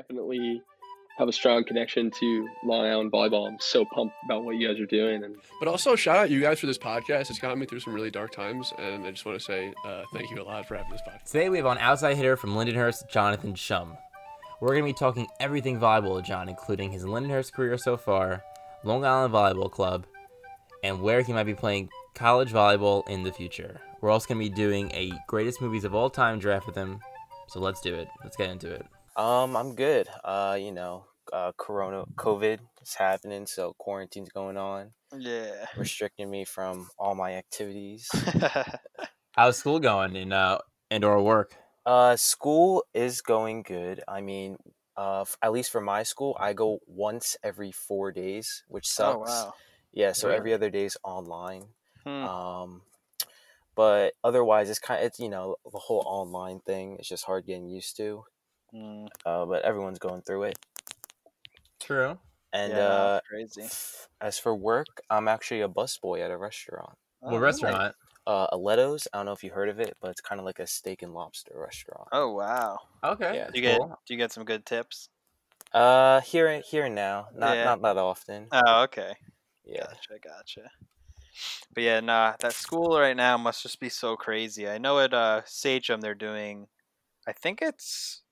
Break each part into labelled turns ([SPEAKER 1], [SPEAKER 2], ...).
[SPEAKER 1] definitely have a strong connection to Long Island volleyball. I'm so pumped about what you guys are doing, and
[SPEAKER 2] But also, shout out you guys for this podcast. It's gotten me through some really dark times, and I just want to say uh, thank you a lot for having this podcast.
[SPEAKER 3] Today we have on outside hitter from Lindenhurst, Jonathan Shum. We're going to be talking everything volleyball with John, including his Lindenhurst career so far, Long Island Volleyball Club, and where he might be playing college volleyball in the future. We're also going to be doing a greatest movies of all time draft with him. So let's do it. Let's get into it.
[SPEAKER 4] Um, I'm good. Uh, you know, uh, Corona, COVID is happening, so quarantine's going on,
[SPEAKER 5] Yeah.
[SPEAKER 4] restricting me from all my activities.
[SPEAKER 5] Oh,
[SPEAKER 3] How's school going in uh, and or work?
[SPEAKER 4] Uh, school is going good. I mean, uh, f- at least for my school, I go once every four days, which sucks. Uh,
[SPEAKER 5] oh wow.
[SPEAKER 4] Yeah, so
[SPEAKER 2] Yeah.
[SPEAKER 4] every other day is online.
[SPEAKER 5] Hmm.
[SPEAKER 4] Um, but otherwise, it's kind of it's you know the whole online thing. It's just hard getting used to.
[SPEAKER 5] Mm.
[SPEAKER 4] Uh, but everyone's going through it.
[SPEAKER 3] True.
[SPEAKER 4] And
[SPEAKER 5] Yeah, no,
[SPEAKER 4] uh,
[SPEAKER 5] it's crazy.
[SPEAKER 4] as for work, I'm actually a busboy at a restaurant.
[SPEAKER 5] Oh,
[SPEAKER 3] What
[SPEAKER 5] really?
[SPEAKER 3] restaurant?
[SPEAKER 4] Uh, Aletto's. I don't know if you heard of it, but it's kind of like a steak and lobster restaurant.
[SPEAKER 5] Oh wow.
[SPEAKER 3] Okay.
[SPEAKER 4] Yeah.
[SPEAKER 3] that's
[SPEAKER 5] You get
[SPEAKER 3] cool.
[SPEAKER 5] do you get some good tips?
[SPEAKER 4] Uh, here and here and now, not
[SPEAKER 5] Yeah.
[SPEAKER 4] not that often.
[SPEAKER 5] Oh okay.
[SPEAKER 4] Yeah.
[SPEAKER 5] Gotcha, gotcha. But yeah, nah, that school right now must just be so crazy. I know at uh Sagem they're doing I think it's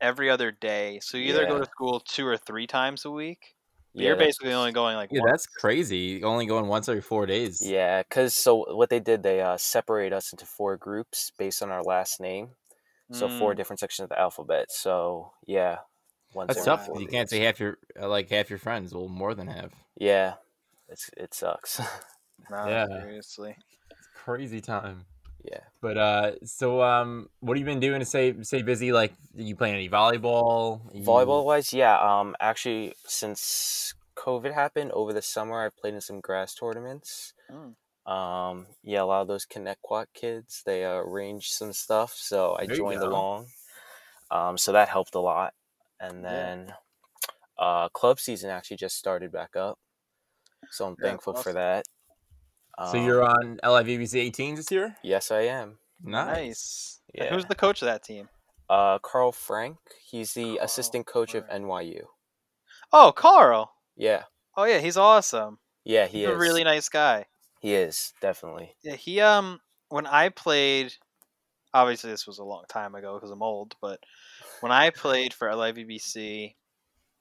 [SPEAKER 5] every other day. So you either go
[SPEAKER 4] Yeah.
[SPEAKER 5] to school two or three times a week. but
[SPEAKER 4] yeah,
[SPEAKER 5] you're
[SPEAKER 4] that's-
[SPEAKER 5] basically only going like
[SPEAKER 3] Yeah,
[SPEAKER 5] once.
[SPEAKER 3] that's crazy. Only going once every four days.
[SPEAKER 4] Yeah, cause so what they did, they uh separate us into four groups based on our last name. So four
[SPEAKER 5] Mm,
[SPEAKER 4] different sections of the alphabet. So yeah, once
[SPEAKER 3] That's
[SPEAKER 4] every
[SPEAKER 3] tough.
[SPEAKER 4] four
[SPEAKER 3] You can't see
[SPEAKER 4] days.
[SPEAKER 3] half your uh, like half your friends. Well, more than half.
[SPEAKER 4] Yeah, it's it sucks.
[SPEAKER 5] nah,
[SPEAKER 3] yeah.
[SPEAKER 5] Seriously.
[SPEAKER 3] Crazy time.
[SPEAKER 4] yeah.
[SPEAKER 3] But uh, so um, what have you been doing to stay stay busy? Like, you playing any volleyball? You-
[SPEAKER 5] Mm.
[SPEAKER 4] Volleyball wise, yeah. Um, actually, since COVID happened over the summer, I played in some grass tournaments.
[SPEAKER 5] Mm.
[SPEAKER 4] Um, yeah, a lot of those Connectquot kids they uh, arranged some stuff, so I
[SPEAKER 3] There you
[SPEAKER 4] joined
[SPEAKER 3] go.
[SPEAKER 4] along. Um, so that helped a lot. And
[SPEAKER 5] Yeah.
[SPEAKER 4] then, uh, club season actually just started back up, so I'm
[SPEAKER 5] Yeah,
[SPEAKER 4] thankful for that.
[SPEAKER 5] awesome.
[SPEAKER 3] So
[SPEAKER 4] Um,
[SPEAKER 3] you're on LIVBC 18s this year?
[SPEAKER 4] Yes, I am.
[SPEAKER 3] Nice.
[SPEAKER 5] Nice. And
[SPEAKER 4] Yeah.
[SPEAKER 5] Who's the coach of that team?
[SPEAKER 4] Uh, Carl Frank. He's the
[SPEAKER 5] Carl
[SPEAKER 4] assistant coach of
[SPEAKER 5] Oh, Frank.
[SPEAKER 4] NYU.
[SPEAKER 5] Oh, Carl.
[SPEAKER 4] Yeah,
[SPEAKER 5] Oh yeah, he's awesome.
[SPEAKER 4] yeah, he is.
[SPEAKER 5] He's a really nice guy.
[SPEAKER 4] he is definitely.
[SPEAKER 5] Yeah, he um when I played obviously this was a long time ago cuz I'm old, but when I played for LIVBC,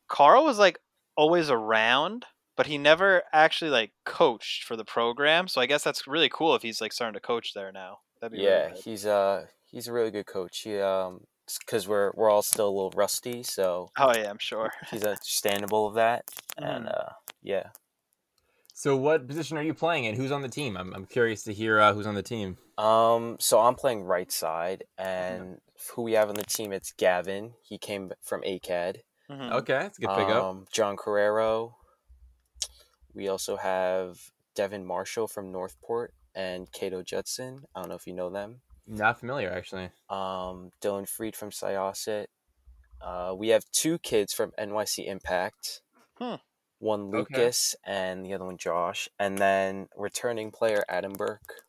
[SPEAKER 5] Carl was like always around, but he never actually like coached for the program, so I guess that's really cool if he's like starting to coach there now. That'd be
[SPEAKER 4] Yeah,
[SPEAKER 5] really good.
[SPEAKER 4] he's uh he's a really good coach. He um because we're we're all still a little rusty, so
[SPEAKER 5] Oh yeah, I'm sure.
[SPEAKER 4] he's understandable of that. And
[SPEAKER 5] Mm.
[SPEAKER 4] uh yeah,
[SPEAKER 3] So what position are you playing and who's on the team? I'm, I'm curious to hear uh, who's on the team.
[SPEAKER 4] um so I'm playing right side, and who we have on the team it's Gavin. He came from ACAD.
[SPEAKER 5] Mhm.
[SPEAKER 3] Okay, that's a good pickup.
[SPEAKER 4] Um, John Carrero. We also have Devin Marshall from Northport and Cato Judson. I don't know if you know them.
[SPEAKER 3] Not familiar actually.
[SPEAKER 4] um, Dylan Freed from Syosset. Uh, we have two kids from NYC Impact.
[SPEAKER 5] Hmm.
[SPEAKER 4] One
[SPEAKER 3] Okay.
[SPEAKER 4] Lucas and the other one Josh, and then returning player Adam Burke.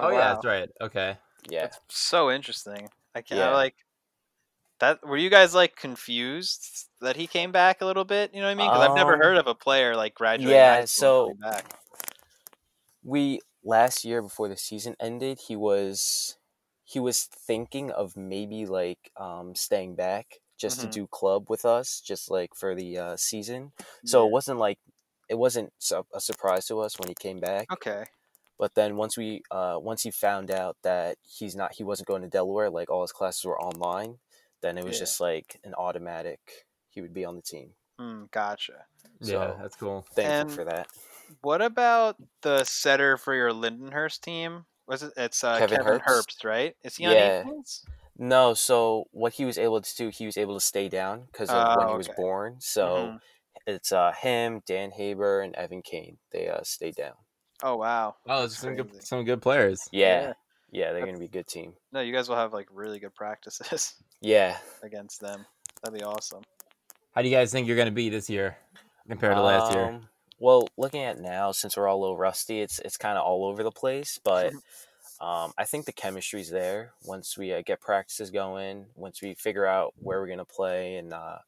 [SPEAKER 3] Oh,
[SPEAKER 5] wow.
[SPEAKER 3] yeah, that's right. Okay.
[SPEAKER 4] Yeah,
[SPEAKER 5] That's so interesting. I can
[SPEAKER 4] Yeah.
[SPEAKER 5] not like that. Were you guys like confused that he came back a little bit? You know what I mean? Because I've never
[SPEAKER 4] Um,
[SPEAKER 5] heard of a player like graduating.
[SPEAKER 4] yeah,
[SPEAKER 5] high school and coming back.
[SPEAKER 4] we last year before the season ended, he was he was thinking of maybe like um, staying back just
[SPEAKER 5] Mhm.
[SPEAKER 4] to do club with us, just like for the uh, season. So it wasn't like it wasn't su- a surprise to us when he came back.
[SPEAKER 5] okay,
[SPEAKER 4] But then once we uh, once he found out that he's not he wasn't going to Delaware, like all his classes were online, then it was
[SPEAKER 5] Yeah.
[SPEAKER 4] just like an automatic he would be on the team.
[SPEAKER 5] Hmm, gotcha.
[SPEAKER 3] yeah,
[SPEAKER 4] So-
[SPEAKER 3] that's cool.
[SPEAKER 4] Thankful
[SPEAKER 5] And-
[SPEAKER 4] for that.
[SPEAKER 5] What about the setter for your Lindenhurst team? Was it? It's uh,
[SPEAKER 4] Kevin
[SPEAKER 5] Kevin,
[SPEAKER 4] Herbst?
[SPEAKER 5] Herbst. right? Is he on
[SPEAKER 4] Yeah.
[SPEAKER 5] evenings?
[SPEAKER 4] No, so what he was able to do, he was able to stay down because of when
[SPEAKER 5] Oh,
[SPEAKER 4] he was
[SPEAKER 5] okay.
[SPEAKER 4] born. So
[SPEAKER 5] Mhm.
[SPEAKER 4] it's uh, him, Dan Haber, and Evan Kane. They uh, stayed down.
[SPEAKER 5] Oh wow.
[SPEAKER 3] Oh, it's some good,
[SPEAKER 5] Crazy.
[SPEAKER 3] some good players.
[SPEAKER 4] Yeah, yeah, they're
[SPEAKER 5] That's-
[SPEAKER 4] gonna be a good team.
[SPEAKER 5] No, you guys will have like really good practices
[SPEAKER 4] Yeah,
[SPEAKER 5] against them. That'd be awesome.
[SPEAKER 3] How do you guys think you're going to be this year compared to last year?
[SPEAKER 4] Um, Well, looking at now, since we're all a little rusty, it's it's kind of all over the place. But um, I think the chemistry's there once we uh, get practices going, once we figure out where we're going to play and uh,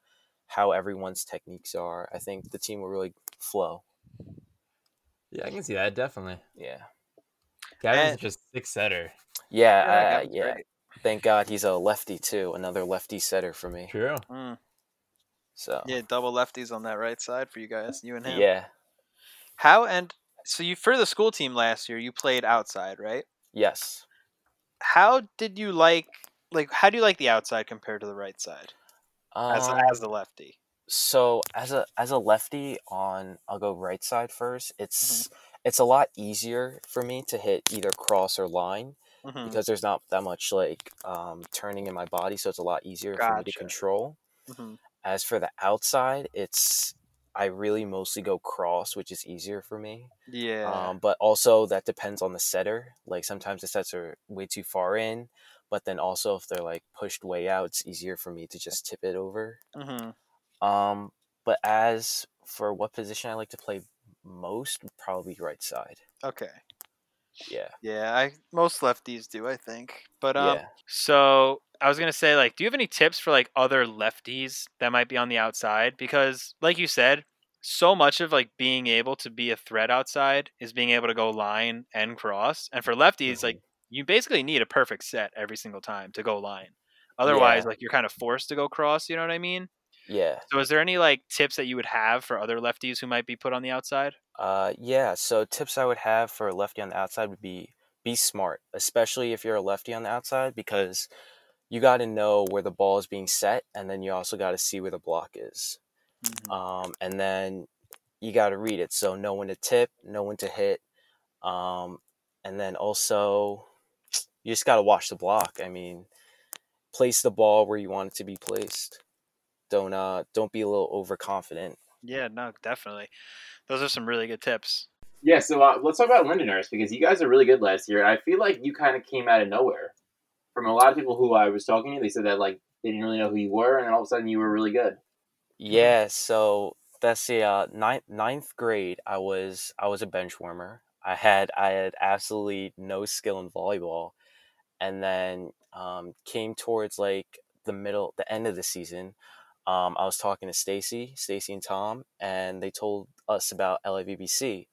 [SPEAKER 4] how everyone's techniques are. I think the team will really flow.
[SPEAKER 6] Yeah, I can see that definitely.
[SPEAKER 4] Yeah.
[SPEAKER 6] Gavin's
[SPEAKER 7] And-
[SPEAKER 6] just six setter.
[SPEAKER 4] Yeah.
[SPEAKER 7] that
[SPEAKER 4] uh,
[SPEAKER 7] was
[SPEAKER 4] yeah.
[SPEAKER 7] great.
[SPEAKER 4] Thank God he's a lefty too. Another lefty setter for me.
[SPEAKER 6] True.
[SPEAKER 5] Hmm.
[SPEAKER 7] Mm.
[SPEAKER 4] So
[SPEAKER 7] Yeah, double lefties on that right side for you guys, you and him.
[SPEAKER 4] yeah.
[SPEAKER 7] How and so you for the school team last year, you played outside, right?
[SPEAKER 4] Yes.
[SPEAKER 7] How did you like like how do you like the outside compared to the right side as,
[SPEAKER 4] Um,
[SPEAKER 7] as the lefty?
[SPEAKER 4] so as a as a lefty on I'll go right side first.
[SPEAKER 7] Mm-hmm.
[SPEAKER 4] It's it's a lot easier for me to hit either cross or line
[SPEAKER 7] Mhm,
[SPEAKER 4] because there's not that much like um, turning in my body, so it's a lot easier for me to
[SPEAKER 7] Gotcha.
[SPEAKER 4] control.
[SPEAKER 7] mhm.
[SPEAKER 4] As for the outside, it's I really mostly go cross, which is easier for me.
[SPEAKER 7] Yeah.
[SPEAKER 4] Um, but also that depends on the setter. Like sometimes the sets are way too far in, but then also if they're like pushed way out, it's easier for me to just tip it over.
[SPEAKER 7] mhm.
[SPEAKER 4] Um, but as for what position I like to play most, probably right side.
[SPEAKER 7] Okay.
[SPEAKER 4] Yeah.
[SPEAKER 7] Yeah, I most lefties do, I think. But um
[SPEAKER 4] yeah.
[SPEAKER 5] So I was gonna say, like, do you have any tips for like other lefties that might be on the outside? Because, like you said, so much of like being able to be a threat outside is being able to go line and cross. And for lefties, like, you basically need a perfect set every single time to go line. Otherwise,
[SPEAKER 4] Yeah.
[SPEAKER 5] like, you're kind of forced to go cross. You know what I mean?
[SPEAKER 4] Yeah.
[SPEAKER 5] So, is there any like tips that you would have for other lefties who might be put on the outside?
[SPEAKER 4] Uh, yeah. So tips I would have for a lefty on the outside would be be smart, especially if you're a lefty on the outside, because you got to know where the ball is being set, and then you also got to see where the block is.
[SPEAKER 7] Mhm.
[SPEAKER 5] Mm-hmm. Uh,
[SPEAKER 4] Um, and then you got to read it, so know when to tip, know when to hit, um, and then also you just got to watch the block. I mean, place the ball where you want it to be placed. Don't uh, don't be a little overconfident.
[SPEAKER 5] Yeah, no, definitely. Those are some really good tips.
[SPEAKER 3] Yeah, so uh, let's talk about Lindenhurst because you guys are really good last year. I feel like you kind of came out of nowhere. From a lot of people who I was talking to, they said that like they didn't really know who you were, and then all of a sudden you were really good.
[SPEAKER 4] Yeah, so that's the uh, ninth ninth grade. I was I was a bench warmer. I had I had absolutely no skill in volleyball, and then um, came towards like the middle, the end of the season. Um, I was talking to Stacy, Stacy and Tom, and they told us about LAVBC,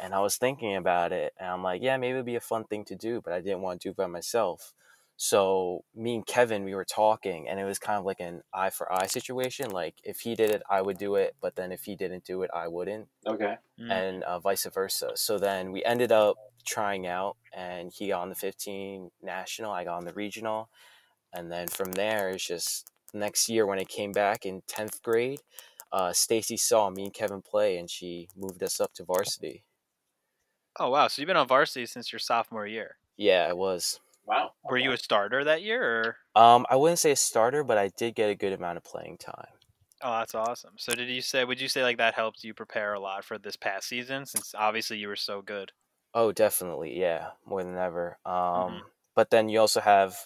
[SPEAKER 4] and I was thinking about it, and I'm like, yeah, maybe it'd be a fun thing to do, but I didn't want to do it by myself. So me and Kevin, we were talking, and it was kind of like an eye for eye situation. Like if he did it, I would do it, but then if he didn't do it, I wouldn't,
[SPEAKER 3] Okay.
[SPEAKER 5] Mm.
[SPEAKER 4] and uh, vice versa. So then we ended up trying out, and he got on the 15 national, I got on the regional, and then from there it's just next year when I came back in 10th grade, uh, Stacy saw me and Kevin play, and she moved us up to varsity.
[SPEAKER 5] Oh wow, so you've been on varsity since your sophomore year.
[SPEAKER 4] Yeah, it was.
[SPEAKER 3] Wow.
[SPEAKER 5] Were you a starter that year? Or?
[SPEAKER 4] Um, I wouldn't say a starter, but I did get a good amount of playing time.
[SPEAKER 5] Oh, that's awesome. So did you say? Would you say like that helped you prepare a lot for this past season? Since obviously you were so good.
[SPEAKER 4] Oh, definitely. Yeah, more than ever. Um,
[SPEAKER 3] Mm-hmm.
[SPEAKER 4] But then you also have,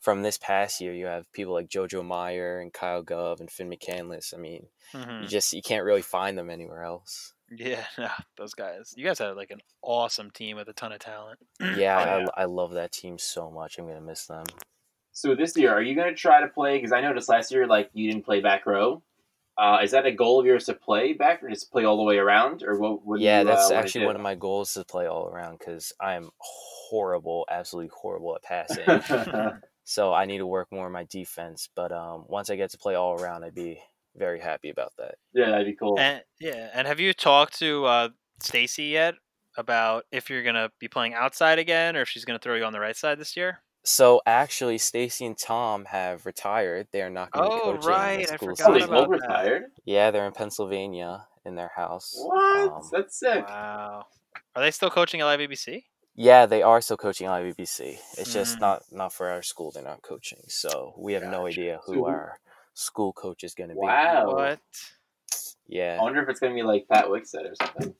[SPEAKER 4] from this past year, you have people like JoJo Meyer and Kyle Gov and Finn McCandless. I mean,
[SPEAKER 5] Mhm.
[SPEAKER 3] Mm.
[SPEAKER 4] you just you can't really find them anywhere else.
[SPEAKER 5] Yeah, no, those guys. You guys had like an awesome team with a ton of talent.
[SPEAKER 4] Yeah, I,
[SPEAKER 3] Oh, yeah.
[SPEAKER 4] I love that team so much. I'm gonna miss them.
[SPEAKER 3] So this year, are you going to try to play? Because I noticed last year, like you didn't play back row. Uh, is that a goal of yours to play back, or just play all the way around, or what? what do
[SPEAKER 4] yeah,
[SPEAKER 3] you,
[SPEAKER 4] that's
[SPEAKER 3] uh,
[SPEAKER 4] actually one
[SPEAKER 3] wanna
[SPEAKER 4] of my goals to play all around because I'm horrible, absolutely horrible at passing.
[SPEAKER 3] do?
[SPEAKER 4] so I need to work more on my defense. But um, once I get to play all around, I'd be very happy about that.
[SPEAKER 3] yeah, that'd be cool.
[SPEAKER 5] And yeah, and have you talked to uh, Stacy yet about if you're gonna be playing outside again, or if she's gonna throw you on the right side this year?
[SPEAKER 4] So actually, Stacy and Tom have retired. They are not going to be
[SPEAKER 7] Oh,
[SPEAKER 4] coaching
[SPEAKER 7] right, I
[SPEAKER 4] the school
[SPEAKER 7] forgot about
[SPEAKER 3] Holy
[SPEAKER 4] season.
[SPEAKER 3] smoke,
[SPEAKER 7] that.
[SPEAKER 3] retired.
[SPEAKER 4] Yeah, they're in Pennsylvania in their house.
[SPEAKER 3] What?
[SPEAKER 4] Um,
[SPEAKER 3] that's sick.
[SPEAKER 5] Wow. Are they still coaching LIVBC?
[SPEAKER 4] yeah, they are still coaching IVBC. It's just
[SPEAKER 5] Mm.
[SPEAKER 4] not not for our school. They're not coaching, so we have no
[SPEAKER 5] Gotcha.
[SPEAKER 4] idea
[SPEAKER 3] So
[SPEAKER 4] who
[SPEAKER 3] who-
[SPEAKER 4] our school coach is going to be.
[SPEAKER 3] Wow. Oh.
[SPEAKER 5] What?
[SPEAKER 4] Yeah.
[SPEAKER 3] I wonder if it's going to be like Pat Wick said or something.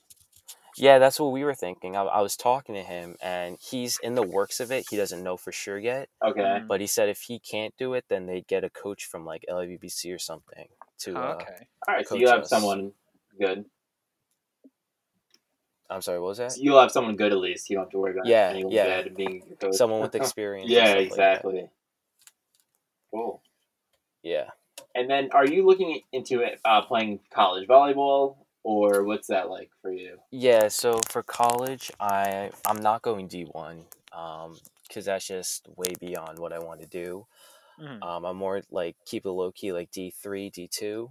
[SPEAKER 4] Yeah, that's what we were thinking. I, I was talking to him, and he's in the works of it. He doesn't know for sure yet,
[SPEAKER 3] Okay.
[SPEAKER 5] Mm.
[SPEAKER 4] but he said if he can't do it, then they'd get a coach from like LABC or something to.
[SPEAKER 5] Oh,
[SPEAKER 4] Uh,
[SPEAKER 5] okay.
[SPEAKER 3] All right, so
[SPEAKER 4] Coach
[SPEAKER 3] you have
[SPEAKER 4] us.
[SPEAKER 3] someone good.
[SPEAKER 4] I'm sorry, what was that?
[SPEAKER 3] So you'll have someone good at least. You don't have to worry about
[SPEAKER 4] Yeah,
[SPEAKER 3] anyone
[SPEAKER 4] yeah.
[SPEAKER 3] bad being your coach.
[SPEAKER 4] Someone with experience. and
[SPEAKER 3] yeah,
[SPEAKER 4] stuff like that.
[SPEAKER 3] exactly. cool.
[SPEAKER 4] yeah.
[SPEAKER 3] And then, are you looking into it uh, playing college volleyball, or what's that like for you?
[SPEAKER 4] Yeah, so for college, I I'm not going D one, um, because that's just way beyond what I want to do.
[SPEAKER 3] Mm-hmm.
[SPEAKER 5] Mhm.
[SPEAKER 4] Um, I'm more like keep it low key, like D three, D two.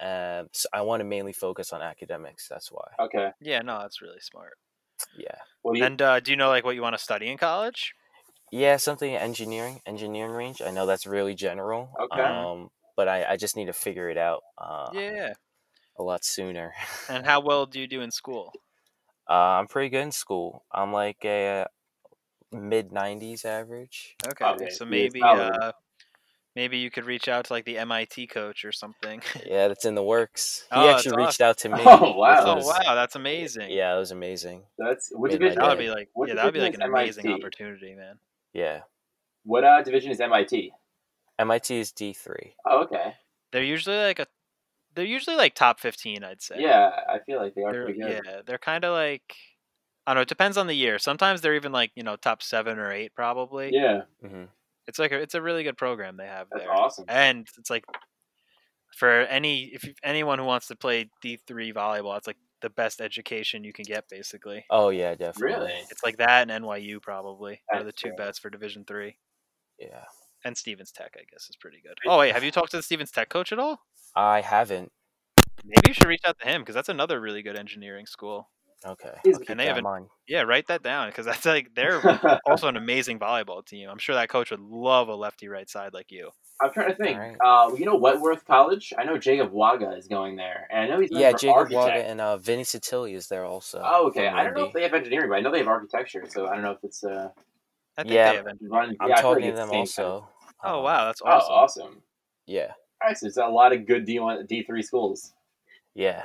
[SPEAKER 4] Um, so I want to mainly focus on academics. That's why.
[SPEAKER 3] Okay.
[SPEAKER 5] Yeah, no, that's really smart.
[SPEAKER 4] Yeah,
[SPEAKER 3] What do you?
[SPEAKER 5] And uh, do you know like what you want to study in college?
[SPEAKER 4] yeah, something in engineering, engineering range. I know that's really general.
[SPEAKER 3] Okay.
[SPEAKER 4] Um, but I I just need to figure it out. Uh,
[SPEAKER 5] yeah.
[SPEAKER 4] a lot sooner.
[SPEAKER 5] And how well do you do in school?
[SPEAKER 4] Uh, I'm pretty good in school. I'm like a mid 90s average.
[SPEAKER 5] Okay,
[SPEAKER 3] Okay, so
[SPEAKER 5] so
[SPEAKER 3] you're
[SPEAKER 5] maybe
[SPEAKER 3] solid.
[SPEAKER 5] uh, maybe you could reach out to like the MIT coach or something.
[SPEAKER 4] Yeah, that's in the works. He
[SPEAKER 5] Oh, that's
[SPEAKER 4] actually reached out to me.
[SPEAKER 3] Oh,
[SPEAKER 4] which
[SPEAKER 3] wow.
[SPEAKER 5] oh
[SPEAKER 4] was-
[SPEAKER 5] wow, that's amazing.
[SPEAKER 4] Yeah, it was amazing.
[SPEAKER 3] that's what
[SPEAKER 4] Wait,
[SPEAKER 3] division?
[SPEAKER 5] that
[SPEAKER 4] yeah.
[SPEAKER 5] would be like
[SPEAKER 3] What
[SPEAKER 5] yeah, that would be like an
[SPEAKER 3] division is
[SPEAKER 5] amazing
[SPEAKER 3] MIT?
[SPEAKER 5] opportunity, man.
[SPEAKER 4] Yeah.
[SPEAKER 3] What uh, division is MIT?
[SPEAKER 4] MIT is D3.
[SPEAKER 3] Oh, okay.
[SPEAKER 5] They're usually like a they're usually like top fifteen, I'd say.
[SPEAKER 3] Yeah, I feel like they are
[SPEAKER 5] They're,
[SPEAKER 3] pretty good.
[SPEAKER 5] yeah, they're kind of like I don't know. It depends on the year. Sometimes they're even like you know top seven or eight probably.
[SPEAKER 3] Yeah,
[SPEAKER 4] hmm
[SPEAKER 5] It's like a, it's a really good program they have
[SPEAKER 3] that's
[SPEAKER 5] there,
[SPEAKER 3] awesome.
[SPEAKER 5] and it's like for any if you- anyone who wants to play D three volleyball, it's like the best education you can get basically.
[SPEAKER 4] Oh, yeah, definitely.
[SPEAKER 3] Really?
[SPEAKER 5] It's like that and NYU probably are the
[SPEAKER 3] That's
[SPEAKER 5] two
[SPEAKER 3] fair.
[SPEAKER 5] bets for Division three,
[SPEAKER 4] Yeah.
[SPEAKER 5] and Stevens Tech I guess is pretty good. Oh wait, have you talked to the Stevens Tech coach at all?
[SPEAKER 4] I haven't.
[SPEAKER 5] Maybe you should reach out to him because that's another really good engineering school.
[SPEAKER 4] Okay.
[SPEAKER 3] Is- And
[SPEAKER 4] I'll keep
[SPEAKER 5] they
[SPEAKER 4] that in
[SPEAKER 5] haven't-
[SPEAKER 4] mind.
[SPEAKER 5] Yeah, write that down because that's like they're also an amazing volleyball team. I'm sure that coach would love a lefty right side like you.
[SPEAKER 3] I'm trying to think.
[SPEAKER 4] Alright.
[SPEAKER 3] Uh, you know Wentworth College? I know Jacob Waga is going there, and I know he's going
[SPEAKER 4] Yeah,
[SPEAKER 3] for
[SPEAKER 4] Jacob
[SPEAKER 3] architect.
[SPEAKER 4] Waga and uh, Vinny Satilli is there also.
[SPEAKER 3] Oh, okay.
[SPEAKER 4] from
[SPEAKER 3] I don't know if
[SPEAKER 4] Wendy.
[SPEAKER 3] they have engineering, but I know they have architecture, so I don't know if it's uh,
[SPEAKER 5] I think
[SPEAKER 4] Yeah.
[SPEAKER 5] they have. en-
[SPEAKER 3] run.
[SPEAKER 4] I'm
[SPEAKER 3] yeah, I feel like
[SPEAKER 4] talking to
[SPEAKER 3] it's the
[SPEAKER 4] them
[SPEAKER 3] same
[SPEAKER 4] also.
[SPEAKER 5] Oh
[SPEAKER 4] Um,
[SPEAKER 5] wow, that's
[SPEAKER 3] kind of-
[SPEAKER 5] awesome.
[SPEAKER 3] Oh, awesome.
[SPEAKER 4] Yeah.
[SPEAKER 3] All right, so it's a lot of good D1, D3 schools.
[SPEAKER 4] Yeah.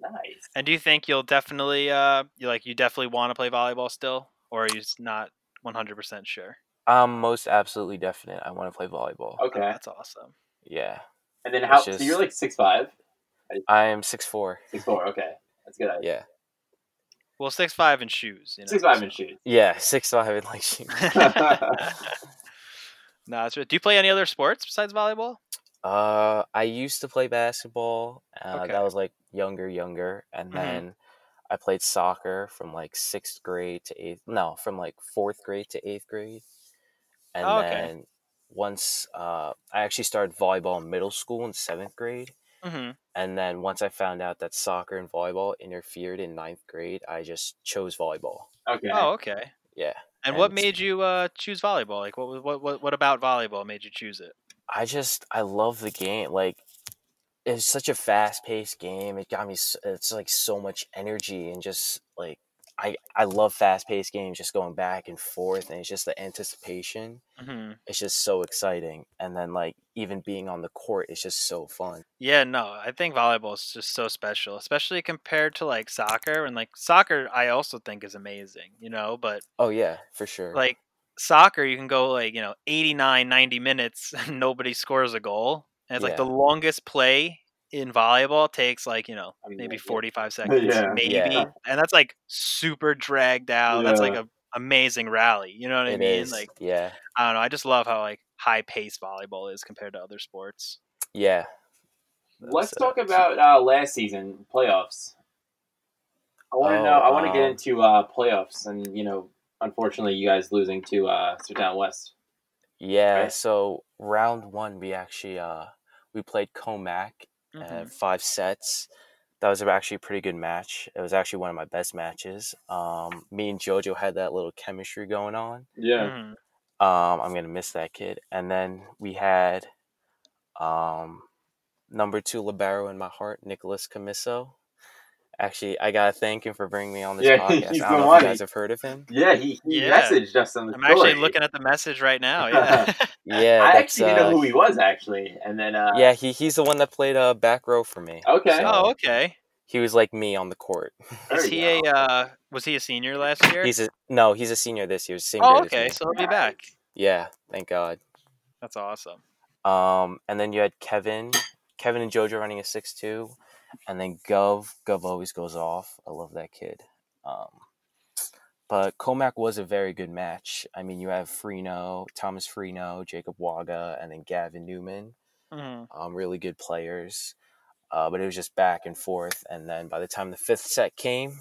[SPEAKER 3] Nice.
[SPEAKER 5] And do you think you'll definitely uh you like you definitely want to play volleyball still, or are you just not 100 percent sure?
[SPEAKER 4] I'm most absolutely definite. I want to play volleyball.
[SPEAKER 5] Oh,
[SPEAKER 3] Okay.
[SPEAKER 5] that's awesome.
[SPEAKER 4] Yeah.
[SPEAKER 3] And then how?
[SPEAKER 4] It's
[SPEAKER 3] So
[SPEAKER 4] just-
[SPEAKER 3] you're like six five,
[SPEAKER 4] I am six four.
[SPEAKER 3] six four. Okay, that's good.
[SPEAKER 4] Yeah.
[SPEAKER 5] Well, six five and shoes. You know,
[SPEAKER 3] Six five
[SPEAKER 5] so-
[SPEAKER 3] and shoot.
[SPEAKER 4] Yeah, six five and like shoot.
[SPEAKER 5] no, that's right. Do you play any other sports besides volleyball?
[SPEAKER 4] Uh, I used to play basketball. Uh,
[SPEAKER 5] Okay.
[SPEAKER 4] That was like younger, younger, and
[SPEAKER 5] Mhm.
[SPEAKER 4] then I played soccer from like sixth grade to eighth. No, from like fourth grade to eighth grade, and
[SPEAKER 5] Oh, okay.
[SPEAKER 4] then once uh, I actually started volleyball in middle school in seventh grade,
[SPEAKER 5] Mm-hmm.
[SPEAKER 4] and then once I found out that soccer and volleyball interfered in ninth grade, I just chose volleyball.
[SPEAKER 3] Okay.
[SPEAKER 5] Oh, okay.
[SPEAKER 4] Yeah,
[SPEAKER 5] And what
[SPEAKER 4] And-
[SPEAKER 5] made you uh, choose volleyball? Like, what, was- what what what about volleyball made you choose it?
[SPEAKER 4] I just I love the game. Like it's such a fast paced game. It got me. s- It's like so much energy and just like I I love fast paced games. Just going back and forth and it's just the anticipation.
[SPEAKER 5] Mm-hmm.
[SPEAKER 4] It's just so exciting. And then like even being on the court, it's just so fun.
[SPEAKER 5] Yeah, no, I think volleyball is just so special, especially compared to like soccer. And like soccer, I also think is amazing, you know, but
[SPEAKER 4] Oh yeah, for sure.
[SPEAKER 5] like soccer, you can go like, you know, 89, 90 minutes and nobody scores a goal. And it's like the longest play in volleyball takes like, you know,
[SPEAKER 3] I mean,
[SPEAKER 5] maybe
[SPEAKER 3] yeah.
[SPEAKER 5] 45 seconds,
[SPEAKER 3] Yeah.
[SPEAKER 5] maybe.
[SPEAKER 4] Yeah.
[SPEAKER 5] And that's like super dragged out. That's like
[SPEAKER 3] Yeah.
[SPEAKER 5] a amazing rally. You know what I
[SPEAKER 4] it
[SPEAKER 5] mean?
[SPEAKER 4] is.
[SPEAKER 5] Like,
[SPEAKER 4] yeah,
[SPEAKER 5] I don't know. I just love how like high paced volleyball is compared to other sports.
[SPEAKER 4] yeah.
[SPEAKER 3] Let's
[SPEAKER 4] So-
[SPEAKER 3] talk about uh, last season playoffs. I want to
[SPEAKER 4] Oh,
[SPEAKER 3] know. I want to get
[SPEAKER 4] um,
[SPEAKER 3] into uh, playoffs, and you know, unfortunately, you guys losing to uh, Sertan West.
[SPEAKER 4] Yeah,
[SPEAKER 3] Right.
[SPEAKER 4] so round one we actually uh we played Comac
[SPEAKER 3] Mm-hmm.
[SPEAKER 5] Mhm.
[SPEAKER 4] and five sets. That was actually a pretty good match. It was actually one of my best matches. Um, me and JoJo had that little chemistry going on.
[SPEAKER 3] Yeah.
[SPEAKER 5] Mhm.
[SPEAKER 4] Um, I'm gonna miss that kid. And then we had um, number two libero in my heart, Nicholas Camiso. Actually, I gotta thank him for bringing me on this
[SPEAKER 3] Yeah,
[SPEAKER 4] podcast.
[SPEAKER 3] he's
[SPEAKER 4] I
[SPEAKER 3] the
[SPEAKER 4] don't know if
[SPEAKER 3] one.
[SPEAKER 4] you guys have heard of him.
[SPEAKER 3] Yeah, he, he
[SPEAKER 5] Yeah.
[SPEAKER 3] messaged us on the
[SPEAKER 5] I'm actually
[SPEAKER 3] story.
[SPEAKER 5] looking at the message right now. Yeah.
[SPEAKER 4] Yeah,
[SPEAKER 3] I
[SPEAKER 4] that's,
[SPEAKER 3] actually didn't know
[SPEAKER 4] uh,
[SPEAKER 3] who he was actually, and then uh,
[SPEAKER 4] Yeah, he, he's the one that played uh, back row for me.
[SPEAKER 3] Okay.
[SPEAKER 4] So-
[SPEAKER 5] oh, okay.
[SPEAKER 4] he was like me on the court.
[SPEAKER 3] There
[SPEAKER 5] Is
[SPEAKER 3] you
[SPEAKER 5] he
[SPEAKER 3] go.
[SPEAKER 5] a uh, was he a senior last year?
[SPEAKER 4] He's a no, he's a senior this year. Same
[SPEAKER 5] oh,
[SPEAKER 4] grade
[SPEAKER 5] okay.
[SPEAKER 4] As me.
[SPEAKER 5] So he'll be
[SPEAKER 3] Nice.
[SPEAKER 5] back.
[SPEAKER 4] Yeah, thank God.
[SPEAKER 5] That's awesome.
[SPEAKER 4] Um, and then you had Kevin, Kevin and JoJo running a six two, and then Gov. Gov always goes off. I love that kid. Um, but Comac was a very good match. I mean, you have Freno, Thomas Freno, Jacob Waga, and then Gavin Newman.
[SPEAKER 7] hmm
[SPEAKER 4] Um, really good players. Uh, but it was just back and forth. And then by the time the fifth set came,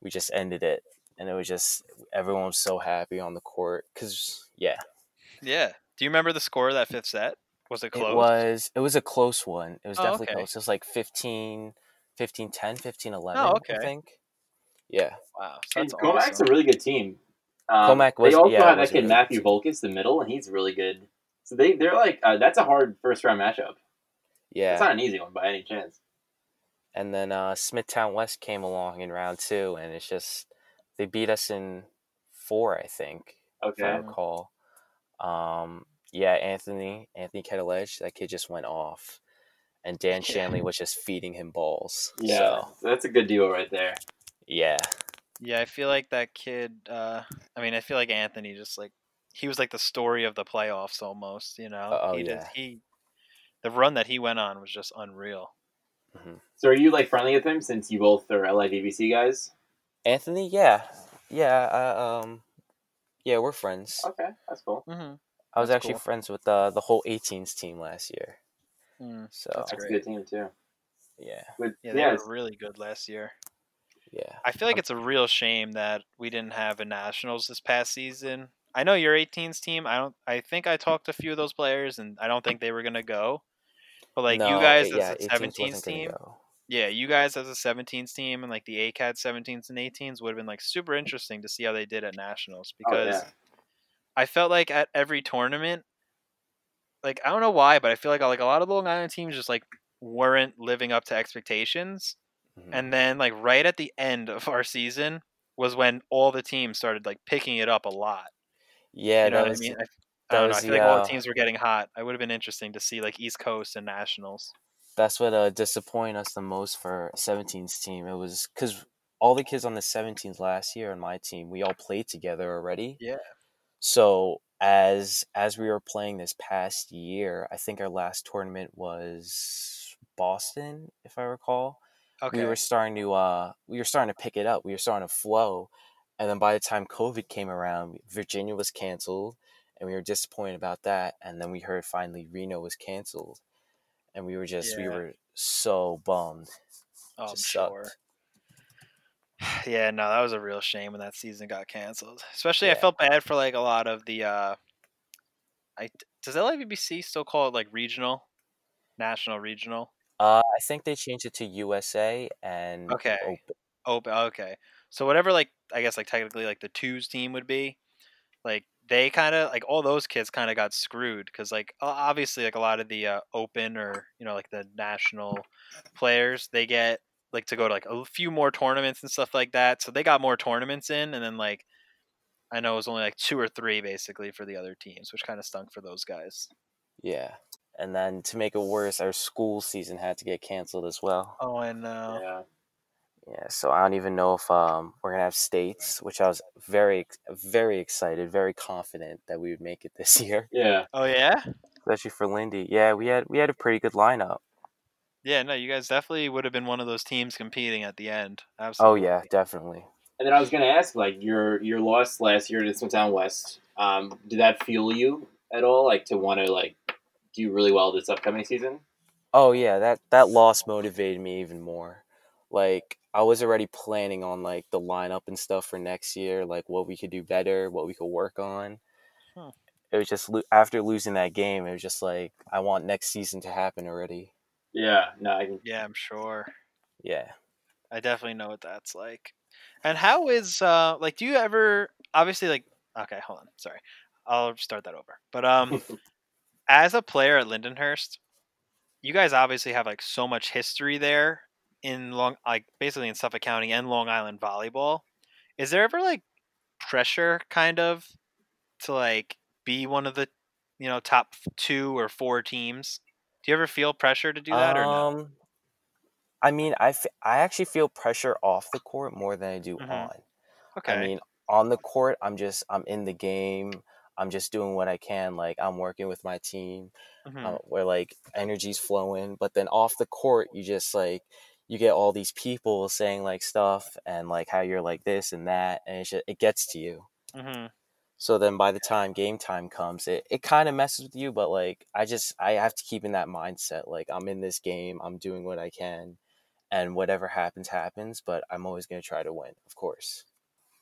[SPEAKER 4] we just ended it. And it was just everyone was so happy on the court because yeah,
[SPEAKER 5] Yeah. Do you remember the score of that fifth set? Was it close?
[SPEAKER 4] It was it was a close one. It was
[SPEAKER 5] Oh,
[SPEAKER 4] definitely
[SPEAKER 5] okay. Oh,
[SPEAKER 4] close. It was like 15, 15 10, 15 11, I
[SPEAKER 5] okay.
[SPEAKER 4] think. Yeah.
[SPEAKER 5] Wow. so
[SPEAKER 3] And
[SPEAKER 5] that's
[SPEAKER 3] Komac's
[SPEAKER 5] awesome.
[SPEAKER 3] a really good team. Um,
[SPEAKER 4] Comac
[SPEAKER 3] they
[SPEAKER 4] was-
[SPEAKER 3] also
[SPEAKER 4] yeah,
[SPEAKER 3] have
[SPEAKER 4] was
[SPEAKER 3] that
[SPEAKER 4] a
[SPEAKER 3] kid
[SPEAKER 4] really good
[SPEAKER 3] Matthew
[SPEAKER 4] team.
[SPEAKER 3] Volkis, the middle, and he's really good. So they they're like uh, that's a hard first round matchup. It's
[SPEAKER 4] Yeah.
[SPEAKER 3] not an easy one by any chance.
[SPEAKER 4] And then uh Smithtown West came along in round two and it's just they beat us in four, I think, if I
[SPEAKER 3] Okay,
[SPEAKER 4] recall. Um yeah, Anthony, Anthony Keteledge, that kid just went off. And Dan
[SPEAKER 5] Yeah.
[SPEAKER 4] Shanley was just feeding him balls.
[SPEAKER 3] yeah,
[SPEAKER 4] So,
[SPEAKER 3] that's a good duo right there.
[SPEAKER 4] yeah.
[SPEAKER 5] Yeah, I feel like that kid. Uh, I mean, I feel like Anthony just like he was like the story of the playoffs almost. You know,
[SPEAKER 4] Oh,
[SPEAKER 5] he did-
[SPEAKER 4] yeah.
[SPEAKER 5] he the run that he went on was just unreal.
[SPEAKER 3] So are you like friendly with him since you both are LIVBC guys?
[SPEAKER 4] Anthony, yeah. Yeah, I, um yeah, we're friends.
[SPEAKER 3] Okay, that's cool.
[SPEAKER 5] Mm-hmm.
[SPEAKER 4] I was
[SPEAKER 5] That's
[SPEAKER 4] actually
[SPEAKER 5] cool.
[SPEAKER 4] friends with uh, the whole 18s team last year.
[SPEAKER 5] Mm.
[SPEAKER 4] So
[SPEAKER 5] That's
[SPEAKER 3] That's
[SPEAKER 5] great.
[SPEAKER 3] a good team too.
[SPEAKER 4] Mm-hmm. yeah,
[SPEAKER 3] With,
[SPEAKER 5] Yeah,
[SPEAKER 3] yeah,
[SPEAKER 5] they
[SPEAKER 3] it's-
[SPEAKER 5] were really good last year.
[SPEAKER 4] yeah,
[SPEAKER 5] I feel like it's a real shame that we didn't have a nationals this past season. I know your 18s team. I don't. I think I talked to a few of those players, and I don't think they were gonna go. But like
[SPEAKER 4] No,
[SPEAKER 5] you guys
[SPEAKER 4] it-
[SPEAKER 5] as a
[SPEAKER 4] 18s wasn't
[SPEAKER 5] 17s
[SPEAKER 4] gonna
[SPEAKER 5] team,
[SPEAKER 4] go.
[SPEAKER 5] yeah, you guys as a 17s team and like the ACAD 17s and 18s would have been like super interesting to see how they did at nationals
[SPEAKER 3] oh,
[SPEAKER 5] because
[SPEAKER 3] yeah.
[SPEAKER 5] I felt like at every tournament, like I don't know why, but I feel like like a lot of Long Island teams just like weren't living up to expectations.
[SPEAKER 4] Mhm.
[SPEAKER 5] And then like right at the end of our season was when all the teams started like picking it up a lot.
[SPEAKER 4] yeah,
[SPEAKER 5] you know
[SPEAKER 4] that
[SPEAKER 5] what
[SPEAKER 4] was
[SPEAKER 5] I mean? I,
[SPEAKER 4] that
[SPEAKER 5] I don't know.
[SPEAKER 4] was
[SPEAKER 5] I feel
[SPEAKER 4] the,
[SPEAKER 5] like all
[SPEAKER 4] uh,
[SPEAKER 5] the teams were getting hot. I would have been interesting to see like East Coast and Nationals.
[SPEAKER 4] that's what uh, disappointed us the most for 17s team. It was because all the kids on the 17s last year on my team, we all played together already.
[SPEAKER 5] Yeah.
[SPEAKER 4] So as as we were playing this past year, I think our last tournament was Boston, if I recall.
[SPEAKER 5] Okay.
[SPEAKER 4] we were starting to uh we were starting to pick it up we were starting to flow and then by the time covid came around virginia was canceled and we were disappointed about that and then we heard finally reno was canceled and we were just we
[SPEAKER 5] Yeah.
[SPEAKER 4] were so bummed
[SPEAKER 5] oh, I'm
[SPEAKER 4] just
[SPEAKER 5] sure.
[SPEAKER 4] sucked
[SPEAKER 5] Yeah, no, that was a real shame when that season got canceled. Especially, I
[SPEAKER 4] Yeah.
[SPEAKER 5] felt bad for like a lot of the. uh I does LABBC still call it like regional, national, regional?
[SPEAKER 4] uh, i think they changed it to usa and
[SPEAKER 5] Okay.
[SPEAKER 4] open.
[SPEAKER 5] Oh, okay. So whatever, like I guess, like technically, like the twos team would be, like they kind of like all those kids kind of got screwed because like o- obviously like a lot of the uh, open or you know like the national players they get like to go to like a few more tournaments and stuff like that. So they got more tournaments in, and then like I know it was only like two or three basically for the other teams, which kind of stunk for those guys.
[SPEAKER 4] yeah and then to make it worse our school season had to get canceled as well
[SPEAKER 5] Oh, and uh,
[SPEAKER 3] yeah.
[SPEAKER 4] Yeah, so I don't even know if um, we're gonna have states, which I was very, ex- very excited, very confident that we would make it this year,
[SPEAKER 3] Yeah.
[SPEAKER 5] oh yeah,
[SPEAKER 4] especially for Lindy. Yeah, we had we had a pretty good lineup.
[SPEAKER 5] yeah. No, you guys definitely would have been one of those teams competing at the end.
[SPEAKER 4] Oh
[SPEAKER 5] Absolutely.
[SPEAKER 4] yeah, definitely.
[SPEAKER 3] And then I was gonna ask, like, your your loss last year to Smithtown West, um, did that fuel you at all, like, to want to like do really well this upcoming season?
[SPEAKER 4] Oh yeah, that that loss motivated me even more. Like I was already planning on like the lineup and stuff for next year, like what we could do better, what we could work on.
[SPEAKER 5] Hmm.
[SPEAKER 4] It was just lo- after losing that game, it was just like I want next season to happen already.
[SPEAKER 3] Yeah. No, I can.
[SPEAKER 5] Yeah, I'm sure.
[SPEAKER 4] Yeah.
[SPEAKER 5] I definitely know what that's like. And how is uh like do you ever obviously like okay, hold on, sorry. I'll start that over. But um as a player at Lindenhurst, you guys obviously have like so much history there in Long like basically in Suffolk County and Long Island volleyball. Is there ever like pressure kind of to like be one of the you know top 2 or 4 teams? Do you ever feel pressure to do that or no?
[SPEAKER 4] Um, I mean, I, f- I actually feel pressure off the court more than I do
[SPEAKER 5] Mhm.
[SPEAKER 4] on.
[SPEAKER 5] Okay.
[SPEAKER 4] I mean, on the court, I'm just I'm in the game. I'm just doing what I can. Like I'm working with my team,
[SPEAKER 5] Mhm.
[SPEAKER 4] um, uh, where like energy's flowing. But then off the court, you just like you get all these people saying like stuff and like how you're like this and that, and it's just, it gets to you.
[SPEAKER 5] Mm-hmm.
[SPEAKER 4] So then by the time game time comes, it, it kind of messes with you, but like I just I have to keep in that mindset like I'm in this game, I'm doing what I can and whatever happens happens, but I'm always going to try to win, of course.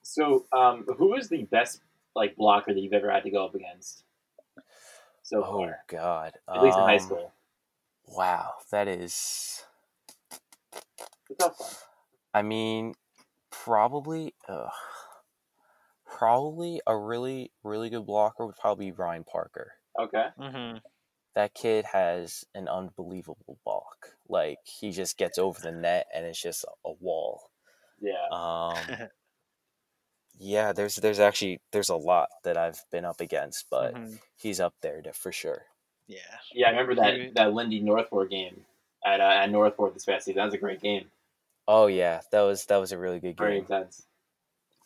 [SPEAKER 3] So, um, who is the best like blocker that you've ever had to go up against so
[SPEAKER 4] Oh
[SPEAKER 3] far?
[SPEAKER 4] god.
[SPEAKER 3] At least in high
[SPEAKER 4] Um,
[SPEAKER 3] school.
[SPEAKER 4] Wow, that is
[SPEAKER 3] It's a tough one.
[SPEAKER 4] I mean, probably, ugh, probably a really, really good blocker would probably be Ryan Parker.
[SPEAKER 3] Okay.
[SPEAKER 5] Mm-hmm.
[SPEAKER 4] That kid has an unbelievable block. Like he just gets over the net and it's just a wall.
[SPEAKER 3] Yeah.
[SPEAKER 4] Um, yeah, there's there's actually there's a lot that I've been up against, but
[SPEAKER 3] Mm-hmm.
[SPEAKER 5] mm-hmm.
[SPEAKER 4] he's up there to, for sure.
[SPEAKER 7] Yeah.
[SPEAKER 3] Yeah, I remember that
[SPEAKER 5] Maybe-
[SPEAKER 3] that Lindy Northport game at uh, at Northport this past season. That was a great game.
[SPEAKER 4] Oh yeah, that was that was a really good
[SPEAKER 3] Very
[SPEAKER 4] game.
[SPEAKER 3] intense.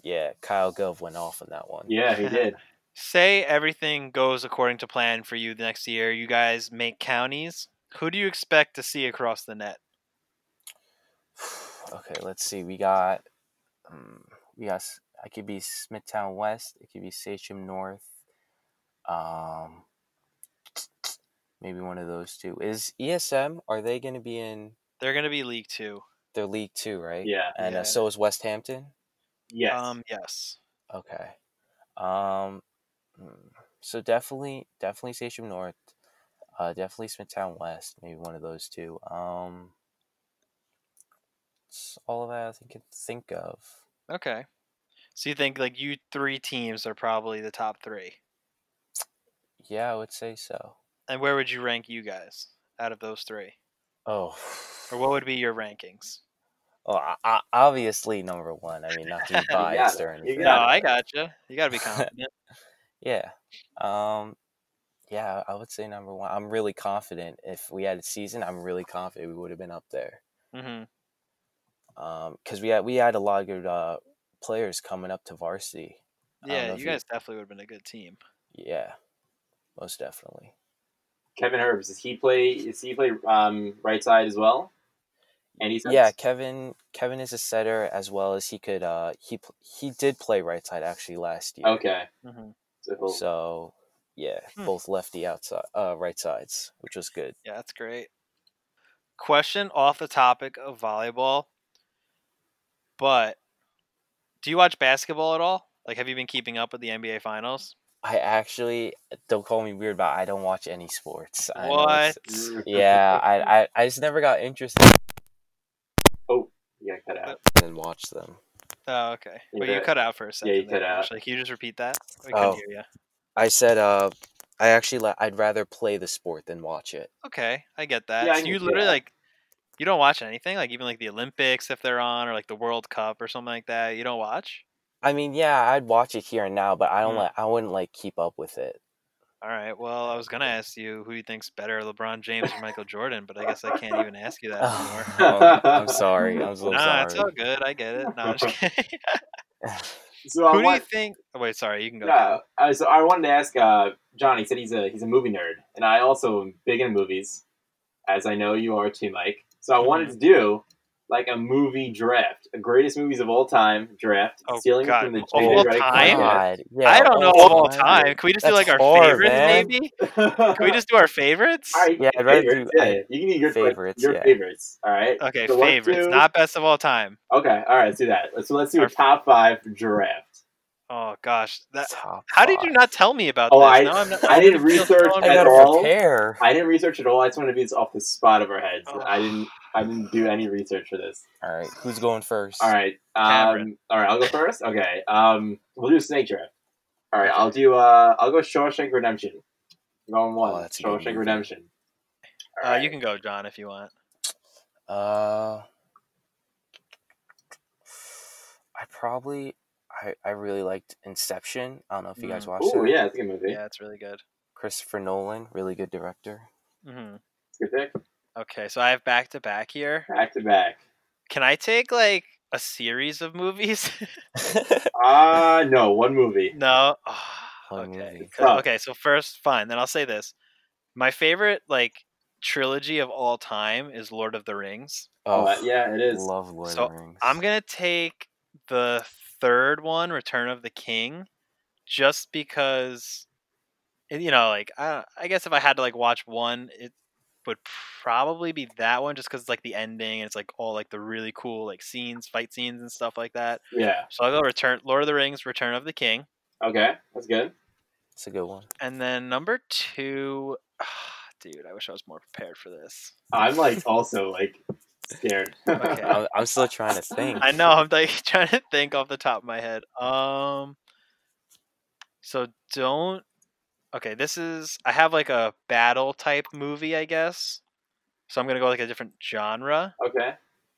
[SPEAKER 4] Yeah, Kyle Gove went off on that one.
[SPEAKER 3] Yeah, he did.
[SPEAKER 5] Say everything goes according to plan for you the next year. You guys make counties. Who do you expect to see across the net?
[SPEAKER 4] okay, let's see. We got, um, we got. S- It could be Smithtown West. It could be Sachem North. Um, maybe one of those two. Is ESM? Are they going to be in
[SPEAKER 5] They're going to be League Two.
[SPEAKER 4] their league too? Right.
[SPEAKER 3] Yeah.
[SPEAKER 4] And
[SPEAKER 5] yeah.
[SPEAKER 4] Uh, so is West Hampton.
[SPEAKER 3] Yes.
[SPEAKER 5] Um, yes.
[SPEAKER 4] Okay. Um. mm, So definitely, definitely Sachem North. Uh, definitely Smithtown West. Maybe one of those two. Um. That's all that I think can think of.
[SPEAKER 5] Okay. So you think like you three teams are probably the top three?
[SPEAKER 4] Yeah, I would say so.
[SPEAKER 5] And where would you rank you guys out of those three?
[SPEAKER 4] Oh,
[SPEAKER 5] Or what would be your rankings?
[SPEAKER 4] well, I, I, obviously number one. I mean, not to be
[SPEAKER 3] got
[SPEAKER 4] biased
[SPEAKER 3] it.
[SPEAKER 4] or
[SPEAKER 3] You
[SPEAKER 4] anything.
[SPEAKER 5] No,
[SPEAKER 3] got
[SPEAKER 5] I gotcha. You got to be confident.
[SPEAKER 4] Yeah. Um. Yeah, I would say number one. I'm really confident. If we had a season, I'm really confident we would have been up there.
[SPEAKER 5] mm-hmm.
[SPEAKER 4] Um, because we had we had a lot of good uh players coming up to varsity. I don't know
[SPEAKER 5] Yeah,
[SPEAKER 4] if
[SPEAKER 5] you guys definitely would have been a good team.
[SPEAKER 4] Yeah, most definitely.
[SPEAKER 3] Kevin Herbs. Does he play? Does he play um, right side as well? And he's
[SPEAKER 4] Yeah, Kevin. Kevin is a setter as well as he could. Uh, he pl- he did play right side actually last year.
[SPEAKER 3] Okay.
[SPEAKER 5] Mhm.
[SPEAKER 3] So he'll-
[SPEAKER 4] So, yeah,
[SPEAKER 5] Hmm.
[SPEAKER 4] both lefty outside, uh, right sides, which was good.
[SPEAKER 5] Yeah, that's great. Question off the topic of volleyball, but do you watch basketball at all? Like, have you been keeping up with the NBA Finals?
[SPEAKER 4] I actually uh, don't call me weird, but I don't watch any sports. I know
[SPEAKER 5] what?
[SPEAKER 4] it's- yeah, I, I I just never got interested
[SPEAKER 3] yeah, cut out.
[SPEAKER 4] and watched them.
[SPEAKER 5] Oh, okay.
[SPEAKER 3] You
[SPEAKER 5] Well, you
[SPEAKER 3] bet.
[SPEAKER 5] cut out for a second.
[SPEAKER 3] you
[SPEAKER 5] there,
[SPEAKER 3] cut out.
[SPEAKER 5] Ash. Like, can you just repeat that? We
[SPEAKER 4] Oh.
[SPEAKER 5] couldn't hear you.
[SPEAKER 4] I said, uh, I actually li- I'd rather play the sport than watch it.
[SPEAKER 5] Okay, I get that.
[SPEAKER 3] Yeah, I
[SPEAKER 5] so
[SPEAKER 3] can
[SPEAKER 5] you
[SPEAKER 3] get
[SPEAKER 5] literally
[SPEAKER 3] that.
[SPEAKER 5] like, you don't watch anything, like even like the Olympics if they're on, or like the World Cup or something like that. You don't watch.
[SPEAKER 4] I mean, yeah, I'd watch it here and now, but I don't
[SPEAKER 5] Hmm.
[SPEAKER 4] like I wouldn't like keep up with it.
[SPEAKER 5] All right. Well, I was gonna ask you who you think's better, LeBron James or Michael Jordan, but I guess I can't even ask you that anymore.
[SPEAKER 4] Oh, I'm- I'm sorry. I'm so
[SPEAKER 5] Nah, it's all
[SPEAKER 4] sorry.
[SPEAKER 5] good. I get it. No, I'm just kidding.
[SPEAKER 3] So I
[SPEAKER 5] Who do you
[SPEAKER 3] want,
[SPEAKER 5] think? Oh, wait, sorry. You can go.
[SPEAKER 3] yeah, uh, so I wanted to ask uh, John. He said he's a he's a movie nerd, and I also am big into movies, as I know you are too, Mike. So I
[SPEAKER 5] Mm-hmm.
[SPEAKER 3] wanted to do like a movie draft, a greatest movies of all time draft,
[SPEAKER 5] Oh,
[SPEAKER 3] stealing
[SPEAKER 5] God,
[SPEAKER 3] from the
[SPEAKER 5] of
[SPEAKER 3] Jimmy
[SPEAKER 5] all
[SPEAKER 3] Reddick
[SPEAKER 5] time?
[SPEAKER 3] podcast.
[SPEAKER 4] God, yeah,
[SPEAKER 5] I don't know of all time. Can we just do
[SPEAKER 4] That's
[SPEAKER 5] like our
[SPEAKER 4] hard,
[SPEAKER 5] favorites,
[SPEAKER 4] man.
[SPEAKER 5] maybe? Can we just do our favorites?
[SPEAKER 3] All right,
[SPEAKER 4] Yeah, I'd rather
[SPEAKER 3] favorites,
[SPEAKER 4] do-
[SPEAKER 3] yeah,
[SPEAKER 4] I-
[SPEAKER 3] yeah. you can do your
[SPEAKER 4] favorites,
[SPEAKER 3] favorites. Your
[SPEAKER 4] yeah.
[SPEAKER 3] favorites. All right.
[SPEAKER 5] Okay,
[SPEAKER 3] So let's
[SPEAKER 5] favorites,
[SPEAKER 3] do-
[SPEAKER 5] not best of all time.
[SPEAKER 3] Okay. All right. Let's do that. Let's so let's do a
[SPEAKER 5] Our-
[SPEAKER 3] top five draft.
[SPEAKER 5] Oh gosh, that,
[SPEAKER 4] Top
[SPEAKER 5] how did you
[SPEAKER 4] five.
[SPEAKER 5] not tell me about
[SPEAKER 3] Oh,
[SPEAKER 5] this?
[SPEAKER 3] I-
[SPEAKER 5] Now I'm not-
[SPEAKER 3] I
[SPEAKER 5] I'm
[SPEAKER 3] didn't
[SPEAKER 5] gonna feel so
[SPEAKER 3] research
[SPEAKER 4] I
[SPEAKER 3] at
[SPEAKER 5] embarrassed.
[SPEAKER 4] gotta
[SPEAKER 3] all?
[SPEAKER 4] prepare.
[SPEAKER 3] I didn't research at all. I just wanted to be this off the spot of our heads.
[SPEAKER 5] Oh.
[SPEAKER 3] I didn't. I didn't do any research for this.
[SPEAKER 4] All right, who's going first?
[SPEAKER 3] All right. Um,
[SPEAKER 5] Cameron.
[SPEAKER 3] all right. I'll go first. Okay. Um, we'll do snake draft. All right. I'll do. Uh, I'll go Shawshank Redemption. I'm Going one.
[SPEAKER 4] Oh, that's a good
[SPEAKER 3] Shawshank
[SPEAKER 4] movie.
[SPEAKER 3] Redemption. All
[SPEAKER 5] Uh,
[SPEAKER 3] right.
[SPEAKER 5] you can go, John, if you want.
[SPEAKER 4] Uh, I probably I, I really liked Inception. I don't know if you guys watched
[SPEAKER 3] Mm. Ooh,
[SPEAKER 4] that.
[SPEAKER 3] yeah, it's a good movie.
[SPEAKER 5] Yeah, it's really good.
[SPEAKER 4] Christopher Nolan, really good director.
[SPEAKER 5] hmm
[SPEAKER 3] It's a good pick.
[SPEAKER 5] Okay, so I have back to back here.
[SPEAKER 3] Back to back.
[SPEAKER 5] Can I take like a series of movies?
[SPEAKER 3] Uh no, one movie.
[SPEAKER 5] no. Ah,
[SPEAKER 4] One
[SPEAKER 5] okay.
[SPEAKER 4] movie.
[SPEAKER 5] 'cause-
[SPEAKER 3] Tough.
[SPEAKER 5] Okay, so first, fine. Then I'll say this. My favorite like trilogy of all time is Lord of the Rings.
[SPEAKER 4] Oh,
[SPEAKER 3] Uh, yeah, it is.
[SPEAKER 4] love Lord
[SPEAKER 5] So,
[SPEAKER 4] of the Rings.
[SPEAKER 5] I'm gonna take the third one, Return of the King, just because, and, you know, like I, I guess if I had to like watch one, it would probably be that one, just because it's like the ending and it's like all like the really cool like scenes, fight scenes and stuff like that.
[SPEAKER 3] Yeah.
[SPEAKER 5] So I'll go Return Lord of the Rings, Return of the King,
[SPEAKER 3] Okay, that's good.
[SPEAKER 4] It's a good one.
[SPEAKER 5] and then number two, dude, I wish I was more prepared for this.
[SPEAKER 3] I'm like also like scared.
[SPEAKER 5] Okay.
[SPEAKER 4] I'm, I'm still trying to think.
[SPEAKER 5] I know. I'm like trying to think off the top of my head. Um, so don't. Okay, this is. I have like a battle type movie, I guess. So I'm gonna go like a different genre,
[SPEAKER 3] okay.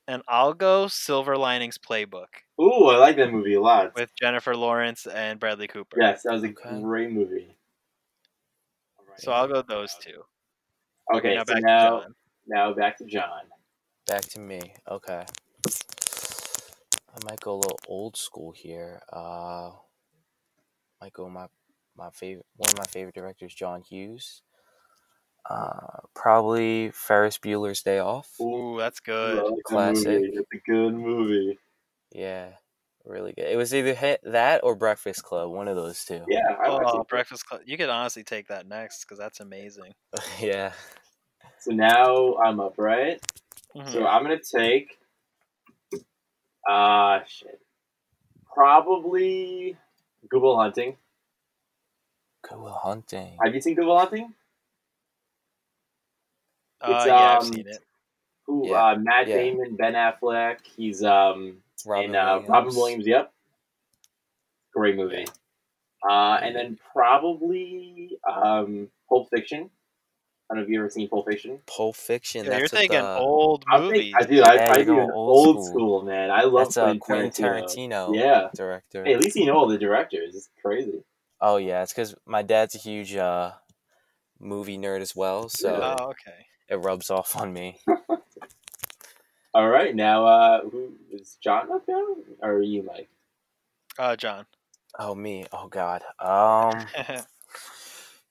[SPEAKER 5] and I'll go Silver Linings Playbook
[SPEAKER 3] Ooh, I like that movie a lot.
[SPEAKER 5] with Jennifer Lawrence and Bradley Cooper.
[SPEAKER 3] Yes, that was a
[SPEAKER 4] Okay.
[SPEAKER 3] great movie. Alright.
[SPEAKER 5] So I'll go those two.
[SPEAKER 3] Okay,
[SPEAKER 5] Now
[SPEAKER 3] so
[SPEAKER 5] back to
[SPEAKER 3] now
[SPEAKER 5] John.
[SPEAKER 3] now back to John.
[SPEAKER 4] Back to me. Okay. I might go a little old school here. Uh, might go my my favorite one of my favorite directors, John Hughes. Uh, probably Ferris Bueller's Day Off.
[SPEAKER 5] Ooh, that's good.
[SPEAKER 3] Love the
[SPEAKER 4] Classic.
[SPEAKER 3] movie. It's a good movie.
[SPEAKER 4] Yeah, really good. It was either hit that or Breakfast Club, one of those two.
[SPEAKER 3] Yeah, I watched
[SPEAKER 5] Oh,
[SPEAKER 3] it.
[SPEAKER 5] Breakfast Club. You could honestly take that next because that's amazing.
[SPEAKER 4] yeah.
[SPEAKER 3] So now I'm up, right? So
[SPEAKER 5] Mhm.
[SPEAKER 3] I'm gonna take. Uh shit. Probably Google Hunting.
[SPEAKER 4] Good Will Hunting.
[SPEAKER 3] Have you seen Google Hunting?
[SPEAKER 5] Uh,
[SPEAKER 3] it's,
[SPEAKER 5] yeah, I've
[SPEAKER 3] um,
[SPEAKER 5] seen it.
[SPEAKER 3] Who?
[SPEAKER 4] Yeah.
[SPEAKER 3] Uh, Matt
[SPEAKER 4] Yeah.
[SPEAKER 3] Damon, Ben Affleck. He's um
[SPEAKER 4] Robin
[SPEAKER 3] and uh, Robin Williams. Yep, great movie. Uh, and then probably um Pulp Fiction. I don't know if you ever seen Pulp Fiction.
[SPEAKER 4] Pulp Fiction.
[SPEAKER 5] Yeah, you're
[SPEAKER 4] that's with,
[SPEAKER 5] thinking
[SPEAKER 4] uh,
[SPEAKER 5] old
[SPEAKER 3] I
[SPEAKER 5] movies.
[SPEAKER 3] think I do. I,
[SPEAKER 4] Yeah,
[SPEAKER 3] I
[SPEAKER 4] you
[SPEAKER 3] do
[SPEAKER 4] go
[SPEAKER 3] old, school.
[SPEAKER 4] old school.
[SPEAKER 3] man. I love
[SPEAKER 4] that's uh, Quentin Tarantino
[SPEAKER 3] Yeah.
[SPEAKER 4] director.
[SPEAKER 3] Hey, at least you know all the directors. It's crazy.
[SPEAKER 4] Oh yeah, it's because my dad's a huge uh, movie nerd as well, so
[SPEAKER 5] Oh, okay.
[SPEAKER 4] it rubs off on me.
[SPEAKER 3] All right, now uh, who is John up now, or are you Mike?
[SPEAKER 5] Uh, John.
[SPEAKER 4] Oh me, oh god. Um,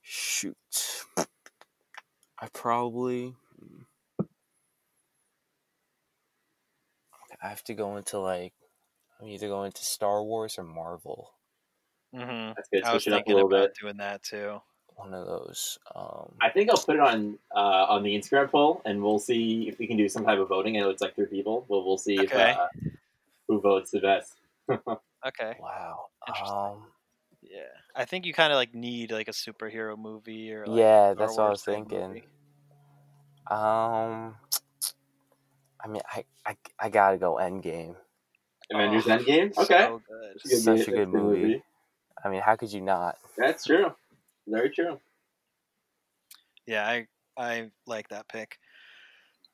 [SPEAKER 4] shoot. I probably. I have to go into like, I'm either going to Star Wars or Marvel.
[SPEAKER 5] hmm
[SPEAKER 3] That's good.
[SPEAKER 5] I was
[SPEAKER 3] Switch it up a
[SPEAKER 5] thinking
[SPEAKER 3] little
[SPEAKER 5] about
[SPEAKER 3] bit.
[SPEAKER 5] doing that too.
[SPEAKER 4] One of those. Um,
[SPEAKER 3] I think I'll put it on uh, on the Instagram poll, and we'll see if we can do some type of voting. I know it's like three people, but we'll see if,
[SPEAKER 5] Okay.
[SPEAKER 3] uh, who votes the best.
[SPEAKER 5] Okay.
[SPEAKER 4] wow.
[SPEAKER 5] Interesting.
[SPEAKER 4] Um,
[SPEAKER 5] Yeah. I think you kind of like need like a superhero movie or like,
[SPEAKER 4] yeah,
[SPEAKER 5] Star
[SPEAKER 4] that's what I
[SPEAKER 5] Wars
[SPEAKER 4] was
[SPEAKER 5] type
[SPEAKER 4] thinking.
[SPEAKER 5] movie.
[SPEAKER 4] Um, I mean, I, I, I gotta go Endgame.
[SPEAKER 3] Avengers
[SPEAKER 5] Oh,
[SPEAKER 3] Endgame.
[SPEAKER 5] so
[SPEAKER 3] Okay,
[SPEAKER 5] good.
[SPEAKER 3] That's
[SPEAKER 4] Such
[SPEAKER 3] mo-
[SPEAKER 4] a good
[SPEAKER 3] that's
[SPEAKER 4] movie. I mean, how could you not?
[SPEAKER 3] That's true. Very true.
[SPEAKER 5] Yeah, I I like that pick.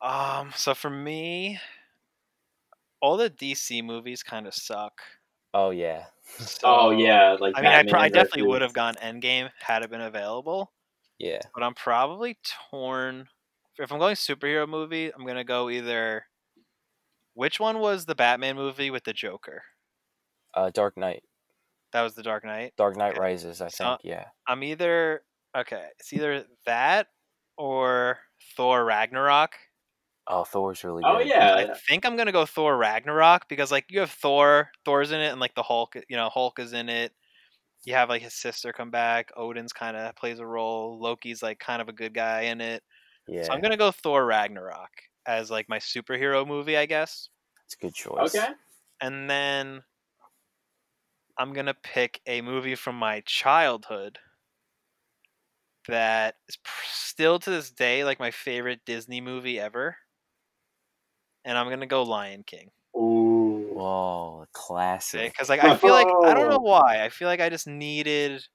[SPEAKER 5] Um, so for me, all the DC movies kind of suck.
[SPEAKER 4] Oh yeah,
[SPEAKER 3] oh
[SPEAKER 5] so-
[SPEAKER 3] yeah, like
[SPEAKER 5] I mean, I,
[SPEAKER 3] Batman
[SPEAKER 5] pro- I definitely
[SPEAKER 3] versus-
[SPEAKER 5] would have gone Endgame had it been available,
[SPEAKER 4] yeah.
[SPEAKER 5] but I'm probably torn. If I'm going superhero movie, I'm gonna go either. Which one was the Batman movie with the Joker?
[SPEAKER 4] Uh, Dark Knight,
[SPEAKER 5] That was the Dark Knight.
[SPEAKER 4] Dark Knight
[SPEAKER 5] Okay.
[SPEAKER 4] Rises. I
[SPEAKER 5] So-
[SPEAKER 4] think yeah.
[SPEAKER 5] I'm either okay. It's either that or Thor Ragnarok.
[SPEAKER 4] Oh, Thor's really good.
[SPEAKER 3] Oh yeah,
[SPEAKER 5] I think I'm gonna go Thor Ragnarok because like you have Thor, Thor's in it, and like the Hulk, you know, Hulk is in it. You have like his sister come back. Odin's kind of plays a role. Loki's like kind of a good guy in it.
[SPEAKER 4] yeah.
[SPEAKER 5] So I'm gonna go Thor Ragnarok as like my superhero movie, I guess.
[SPEAKER 4] It's a good choice.
[SPEAKER 3] Okay.
[SPEAKER 5] And then I'm gonna pick a movie from my childhood that is pr- still to this day like my favorite Disney movie ever. And I'm gonna go Lion King
[SPEAKER 3] Ooh.
[SPEAKER 4] Whoa, classic.
[SPEAKER 5] because like I feel like I don't know why I feel like I just needed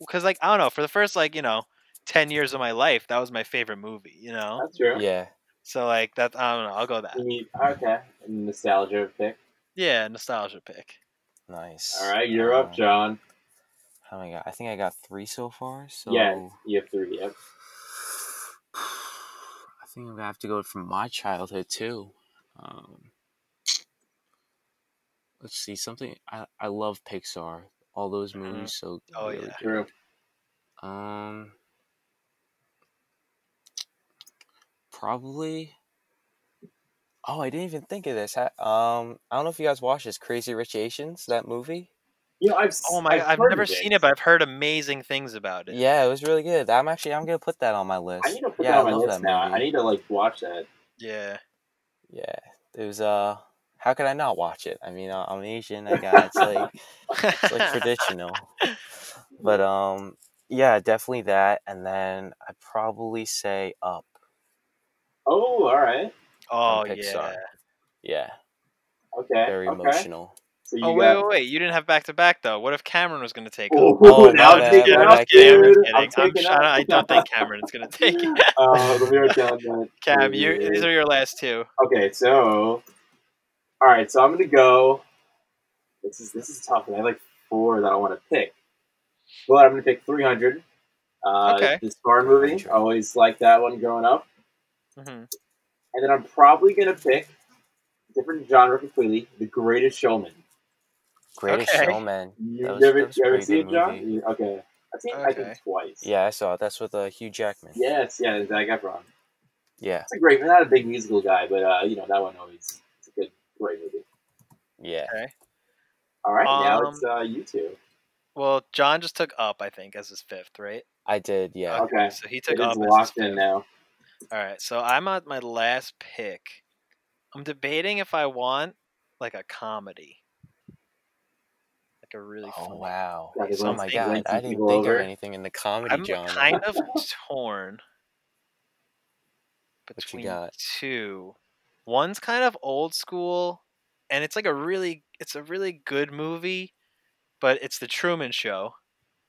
[SPEAKER 5] because like I don't know for the first like you know ten years of my life that was my favorite movie you know
[SPEAKER 3] That's true.
[SPEAKER 4] Yeah,
[SPEAKER 5] so like that I don't know I'll go that
[SPEAKER 3] You need- okay. Nostalgia pick.
[SPEAKER 5] yeah nostalgia pick
[SPEAKER 4] nice.
[SPEAKER 3] All right, you're
[SPEAKER 4] Um,
[SPEAKER 3] up, John.
[SPEAKER 4] How many? I got? I think I got three so far. So
[SPEAKER 3] Yes, you have three. Yep.
[SPEAKER 4] I think I'm gonna have to go from my childhood too. Um, let's see something. I I love Pixar. All those
[SPEAKER 3] Mm-hmm.
[SPEAKER 5] Mhm.
[SPEAKER 4] movies so um,
[SPEAKER 5] Oh,
[SPEAKER 4] really
[SPEAKER 5] yeah.
[SPEAKER 3] True.
[SPEAKER 4] Um, probably. Oh, I didn't even think of this. Ha- Um, I don't know if you guys watched this Crazy Rich Asians that movie.
[SPEAKER 3] You know, I've s-
[SPEAKER 5] Oh my! I've
[SPEAKER 3] heard
[SPEAKER 5] never
[SPEAKER 3] of
[SPEAKER 5] seen it, but I've heard amazing things about it.
[SPEAKER 4] Yeah, it was really good. I'm actually I'm gonna put that on my list.
[SPEAKER 3] I need to put
[SPEAKER 4] yeah,
[SPEAKER 3] that
[SPEAKER 4] I
[SPEAKER 3] on my
[SPEAKER 4] love
[SPEAKER 3] list
[SPEAKER 4] that
[SPEAKER 3] now. I
[SPEAKER 4] movie.
[SPEAKER 3] need to like watch that.
[SPEAKER 5] Yeah.
[SPEAKER 4] Yeah, it was. Uh, how could I not watch it? I mean, I- I'm Asian. I got it's like it's like traditional. But um, yeah, definitely that. And then I would probably say Up.
[SPEAKER 3] Oh, all right.
[SPEAKER 5] oh
[SPEAKER 4] Pixar.
[SPEAKER 5] yeah.
[SPEAKER 4] Yeah,
[SPEAKER 3] Okay.
[SPEAKER 4] very
[SPEAKER 3] okay.
[SPEAKER 4] emotional.
[SPEAKER 3] So you
[SPEAKER 5] Oh wait,
[SPEAKER 3] got-
[SPEAKER 5] wait, wait! You didn't have back to back though. What if Cameron was going to take?
[SPEAKER 3] Oh,
[SPEAKER 5] it?
[SPEAKER 4] Oh,
[SPEAKER 3] now
[SPEAKER 4] my
[SPEAKER 3] I'm
[SPEAKER 4] bad,
[SPEAKER 3] taking
[SPEAKER 4] my
[SPEAKER 3] it
[SPEAKER 4] bad,
[SPEAKER 3] up,
[SPEAKER 5] Cameron's
[SPEAKER 3] dude.
[SPEAKER 5] kidding.
[SPEAKER 3] I'm
[SPEAKER 5] I'm
[SPEAKER 3] taking
[SPEAKER 5] sh- I don't- I don't think
[SPEAKER 3] Cameron.
[SPEAKER 5] Cameron's going to take it.
[SPEAKER 3] uh, let me write down that.
[SPEAKER 5] Cam, you these are your last two.
[SPEAKER 3] Okay, so all right, so I'm gonna go. This is this is tough, and I have like four that I want to pick. Well, I'm gonna pick 300. Uh,
[SPEAKER 5] Okay.
[SPEAKER 3] This foreign movie, I always liked that one growing up.
[SPEAKER 5] hmm
[SPEAKER 3] And then I'm probably gonna pick different genre completely. The Greatest Showman.
[SPEAKER 4] Greatest
[SPEAKER 5] Okay.
[SPEAKER 4] Showman.
[SPEAKER 3] You
[SPEAKER 4] That was-
[SPEAKER 3] never,
[SPEAKER 4] that was
[SPEAKER 3] you
[SPEAKER 4] a
[SPEAKER 3] ever
[SPEAKER 4] pretty
[SPEAKER 3] see it,
[SPEAKER 4] good
[SPEAKER 3] John?
[SPEAKER 4] movie.
[SPEAKER 3] You- Okay, I've seen it I
[SPEAKER 5] Okay.
[SPEAKER 3] think twice.
[SPEAKER 4] Yeah, I saw it. That's with uh, Hugh Jackman.
[SPEAKER 3] Yes, yeah, Zach Efron.
[SPEAKER 4] yeah,
[SPEAKER 3] It's a great. I'm not a big musical guy, but uh, you know that one always. It's a good, great movie.
[SPEAKER 4] yeah.
[SPEAKER 3] All right, now
[SPEAKER 5] Um,
[SPEAKER 3] it's uh, you two.
[SPEAKER 5] Well, John just took up, I think, as his fifth, right?
[SPEAKER 4] I did.
[SPEAKER 5] Oh,
[SPEAKER 4] Yeah.
[SPEAKER 3] Okay.
[SPEAKER 5] So he took
[SPEAKER 3] It is
[SPEAKER 5] up. as his
[SPEAKER 3] locked
[SPEAKER 5] fifth.
[SPEAKER 3] in now.
[SPEAKER 5] All right, so I'm at my last pick. I'm debating if I want like a comedy, like a really
[SPEAKER 4] Oh
[SPEAKER 5] funny.
[SPEAKER 4] wow!
[SPEAKER 3] Yeah, there's
[SPEAKER 4] Oh
[SPEAKER 5] lots
[SPEAKER 4] my
[SPEAKER 5] of
[SPEAKER 4] god!
[SPEAKER 3] things
[SPEAKER 4] I
[SPEAKER 3] you
[SPEAKER 4] didn't
[SPEAKER 3] go
[SPEAKER 4] think
[SPEAKER 3] over.
[SPEAKER 4] of anything in the comedy
[SPEAKER 5] I'm
[SPEAKER 4] genre.
[SPEAKER 5] kind of torn between
[SPEAKER 4] got?
[SPEAKER 5] two. One's kind of old school, and it's like a really, it's a really good movie, but it's the Truman Show.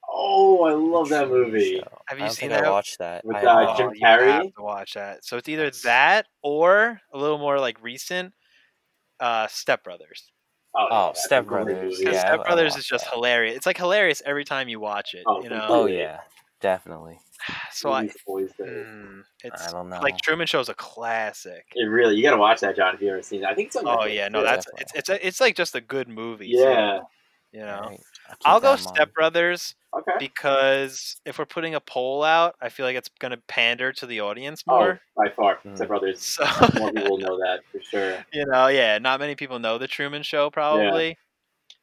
[SPEAKER 3] Oh, I love
[SPEAKER 4] The
[SPEAKER 3] that
[SPEAKER 4] Truman
[SPEAKER 3] movie.
[SPEAKER 4] Show.
[SPEAKER 5] Have
[SPEAKER 4] I
[SPEAKER 5] you
[SPEAKER 4] don't
[SPEAKER 5] seen
[SPEAKER 4] think I
[SPEAKER 5] that? Oh,
[SPEAKER 4] watched that.
[SPEAKER 3] With,
[SPEAKER 4] I
[SPEAKER 3] uh,
[SPEAKER 4] haven't.
[SPEAKER 3] Jim
[SPEAKER 5] you have
[SPEAKER 3] Carrey?
[SPEAKER 5] to watch that. So it's either that or a little more like recent, uh, Step Brothers.
[SPEAKER 3] Oh, yeah,
[SPEAKER 4] Oh,
[SPEAKER 3] that's a
[SPEAKER 4] Step
[SPEAKER 3] great
[SPEAKER 4] Brothers,
[SPEAKER 3] movie.
[SPEAKER 5] Because
[SPEAKER 4] yeah. I-
[SPEAKER 5] Step
[SPEAKER 4] I
[SPEAKER 5] Brothers is
[SPEAKER 4] watched
[SPEAKER 5] just
[SPEAKER 4] that.
[SPEAKER 5] hilarious. It's like hilarious every time you watch it.
[SPEAKER 3] Oh, for
[SPEAKER 5] you know.
[SPEAKER 3] sure.
[SPEAKER 4] Oh yeah, definitely.
[SPEAKER 5] So I,
[SPEAKER 3] Movies always great.
[SPEAKER 5] mm, it's
[SPEAKER 4] I don't know.
[SPEAKER 5] like Truman Show's a classic.
[SPEAKER 3] It really, you gotta watch that, John, if you ever seen it. I think it's on
[SPEAKER 5] Oh
[SPEAKER 3] Netflix,
[SPEAKER 5] yeah, no,
[SPEAKER 3] too.
[SPEAKER 5] that's
[SPEAKER 4] definitely.
[SPEAKER 5] it's it's a, it's like just a good movie. so,
[SPEAKER 3] Yeah.
[SPEAKER 5] you know.
[SPEAKER 4] Alright, I'll keep
[SPEAKER 5] I'll
[SPEAKER 4] that
[SPEAKER 5] go
[SPEAKER 4] in
[SPEAKER 5] Step Brothers
[SPEAKER 3] Okay.
[SPEAKER 5] because if we're putting a poll out, I feel like it's gonna pander to the audience
[SPEAKER 3] Oh,
[SPEAKER 5] more.
[SPEAKER 3] by far.
[SPEAKER 4] Mm.
[SPEAKER 3] Step Brothers.
[SPEAKER 5] So
[SPEAKER 3] More people know that for sure.
[SPEAKER 5] you know, yeah, not many people know the Truman Show probably.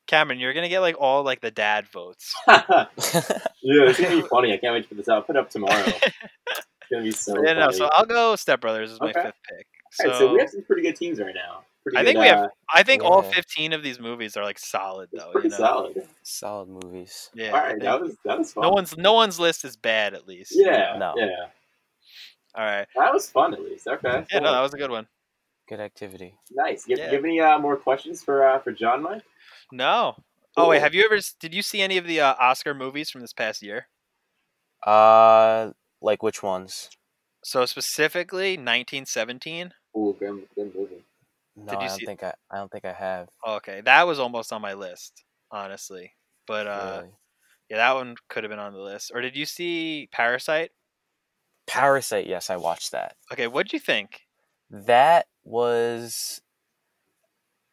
[SPEAKER 5] Cameron, you're gonna get like all like the dad votes.
[SPEAKER 3] yeah,
[SPEAKER 4] mind.
[SPEAKER 3] it's gonna be funny. I can't wait to put this out. I'll put it up tomorrow. It's gonna be so
[SPEAKER 5] yeah, no,
[SPEAKER 3] funny.
[SPEAKER 5] so I'll go Step Brothers is my
[SPEAKER 3] Okay.
[SPEAKER 5] fifth pick.
[SPEAKER 3] All
[SPEAKER 5] So,
[SPEAKER 3] right, so we have some pretty good teams right now. Pretty
[SPEAKER 5] I
[SPEAKER 3] good,
[SPEAKER 5] think we have- oh,
[SPEAKER 3] uh,
[SPEAKER 5] I think all
[SPEAKER 4] Yeah.
[SPEAKER 5] 15 of these movies are like solid
[SPEAKER 3] it's
[SPEAKER 5] though.
[SPEAKER 3] pretty
[SPEAKER 5] you know?
[SPEAKER 3] solid.
[SPEAKER 4] Solid movies.
[SPEAKER 5] Yeah.
[SPEAKER 3] All
[SPEAKER 5] I
[SPEAKER 3] right,
[SPEAKER 5] think
[SPEAKER 3] that was that was fun.
[SPEAKER 5] no one's no one's list is bad at least. you
[SPEAKER 3] yeah,
[SPEAKER 5] know?
[SPEAKER 4] No.
[SPEAKER 3] yeah.
[SPEAKER 5] All right.
[SPEAKER 3] That was fun at least. Okay.
[SPEAKER 5] Yeah, no,
[SPEAKER 3] cool.
[SPEAKER 5] that was a good one.
[SPEAKER 4] Good activity.
[SPEAKER 3] Nice. Give,
[SPEAKER 5] Yeah.
[SPEAKER 3] give any uh, more questions for uh, for John, Mike?
[SPEAKER 5] No. Oh wait,
[SPEAKER 3] Cool.
[SPEAKER 5] have you ever s- did you see any of the uh, Oscar movies from this past year?
[SPEAKER 4] Uh, like which ones?
[SPEAKER 5] So specifically 1917.
[SPEAKER 3] Ooh, good, good movie.
[SPEAKER 4] No,
[SPEAKER 5] Did you
[SPEAKER 4] I don't
[SPEAKER 5] see-
[SPEAKER 4] think I. I don't think I have.
[SPEAKER 5] Okay, that was almost on my list, honestly. But uh
[SPEAKER 4] Really.
[SPEAKER 5] yeah, that one could have been on the list. Or did you see Parasite?
[SPEAKER 4] Parasite. Yes, I watched that.
[SPEAKER 5] Okay, what'd you think?
[SPEAKER 4] That was.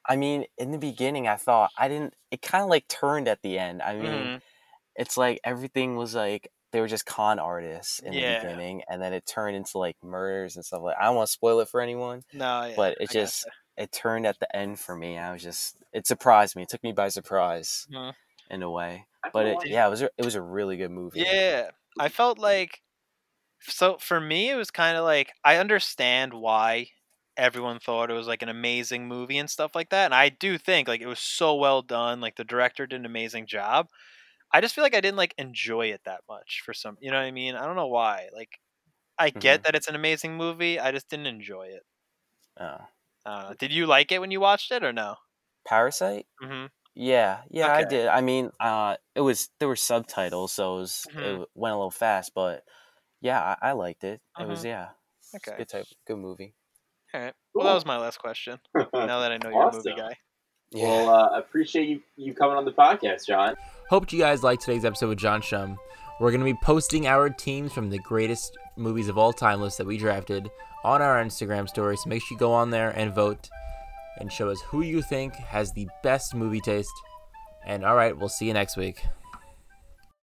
[SPEAKER 4] I mean, in the beginning, I thought I didn't. It kind of like turned at the end. I mean,
[SPEAKER 5] Mhm.
[SPEAKER 4] it's like everything was like they were just con artists in
[SPEAKER 5] Yeah.
[SPEAKER 4] the beginning, and then it turned into like murders and stuff like. I don't want to spoil it for anyone,
[SPEAKER 5] No, yeah,
[SPEAKER 4] but it
[SPEAKER 5] I
[SPEAKER 4] just
[SPEAKER 5] gotcha.
[SPEAKER 4] it turned at the end for me. I was just it surprised me. It took me by surprise
[SPEAKER 5] Mhm.
[SPEAKER 4] in a way.
[SPEAKER 3] I
[SPEAKER 4] But
[SPEAKER 3] kinda
[SPEAKER 4] it,
[SPEAKER 3] like-
[SPEAKER 4] yeah, it was a, it was a really good movie.
[SPEAKER 5] Yeah, I felt like so for me it was kind of like I understand why everyone thought it was like an amazing movie and stuff like that, and I do think like it was so well done. Like the director did an amazing job. I just feel like I didn't like enjoy it that much for some. You know what I mean? I don't know why. Like I get that it's an amazing movie. I just didn't enjoy it.
[SPEAKER 4] Uh,
[SPEAKER 5] I don't know. Did you like it when you watched it or no?
[SPEAKER 4] Parasite.
[SPEAKER 5] Mm-hmm.
[SPEAKER 4] Yeah, yeah, I
[SPEAKER 5] Okay.
[SPEAKER 4] did. I mean, uh, it was there were subtitles, so it was it
[SPEAKER 5] Mhm.
[SPEAKER 4] w- went a little fast, but yeah, I, I liked it. It was yeah, it's a
[SPEAKER 5] Mm-hmm. Okay.
[SPEAKER 4] good type, good movie.
[SPEAKER 5] All right. Well, that was my last question. Now that I know you're a movie
[SPEAKER 3] Awesome.
[SPEAKER 5] guy.
[SPEAKER 4] Yeah.
[SPEAKER 3] Well, uh, appreciate you you coming on the podcast, John.
[SPEAKER 6] Hope you guys liked today's episode with John Shum. We're going to be posting our teams from the greatest movies of all time list that we drafted on our Instagram story. So make sure you go on there and vote and show us who you think has the best movie taste. And all right, we'll see you next week.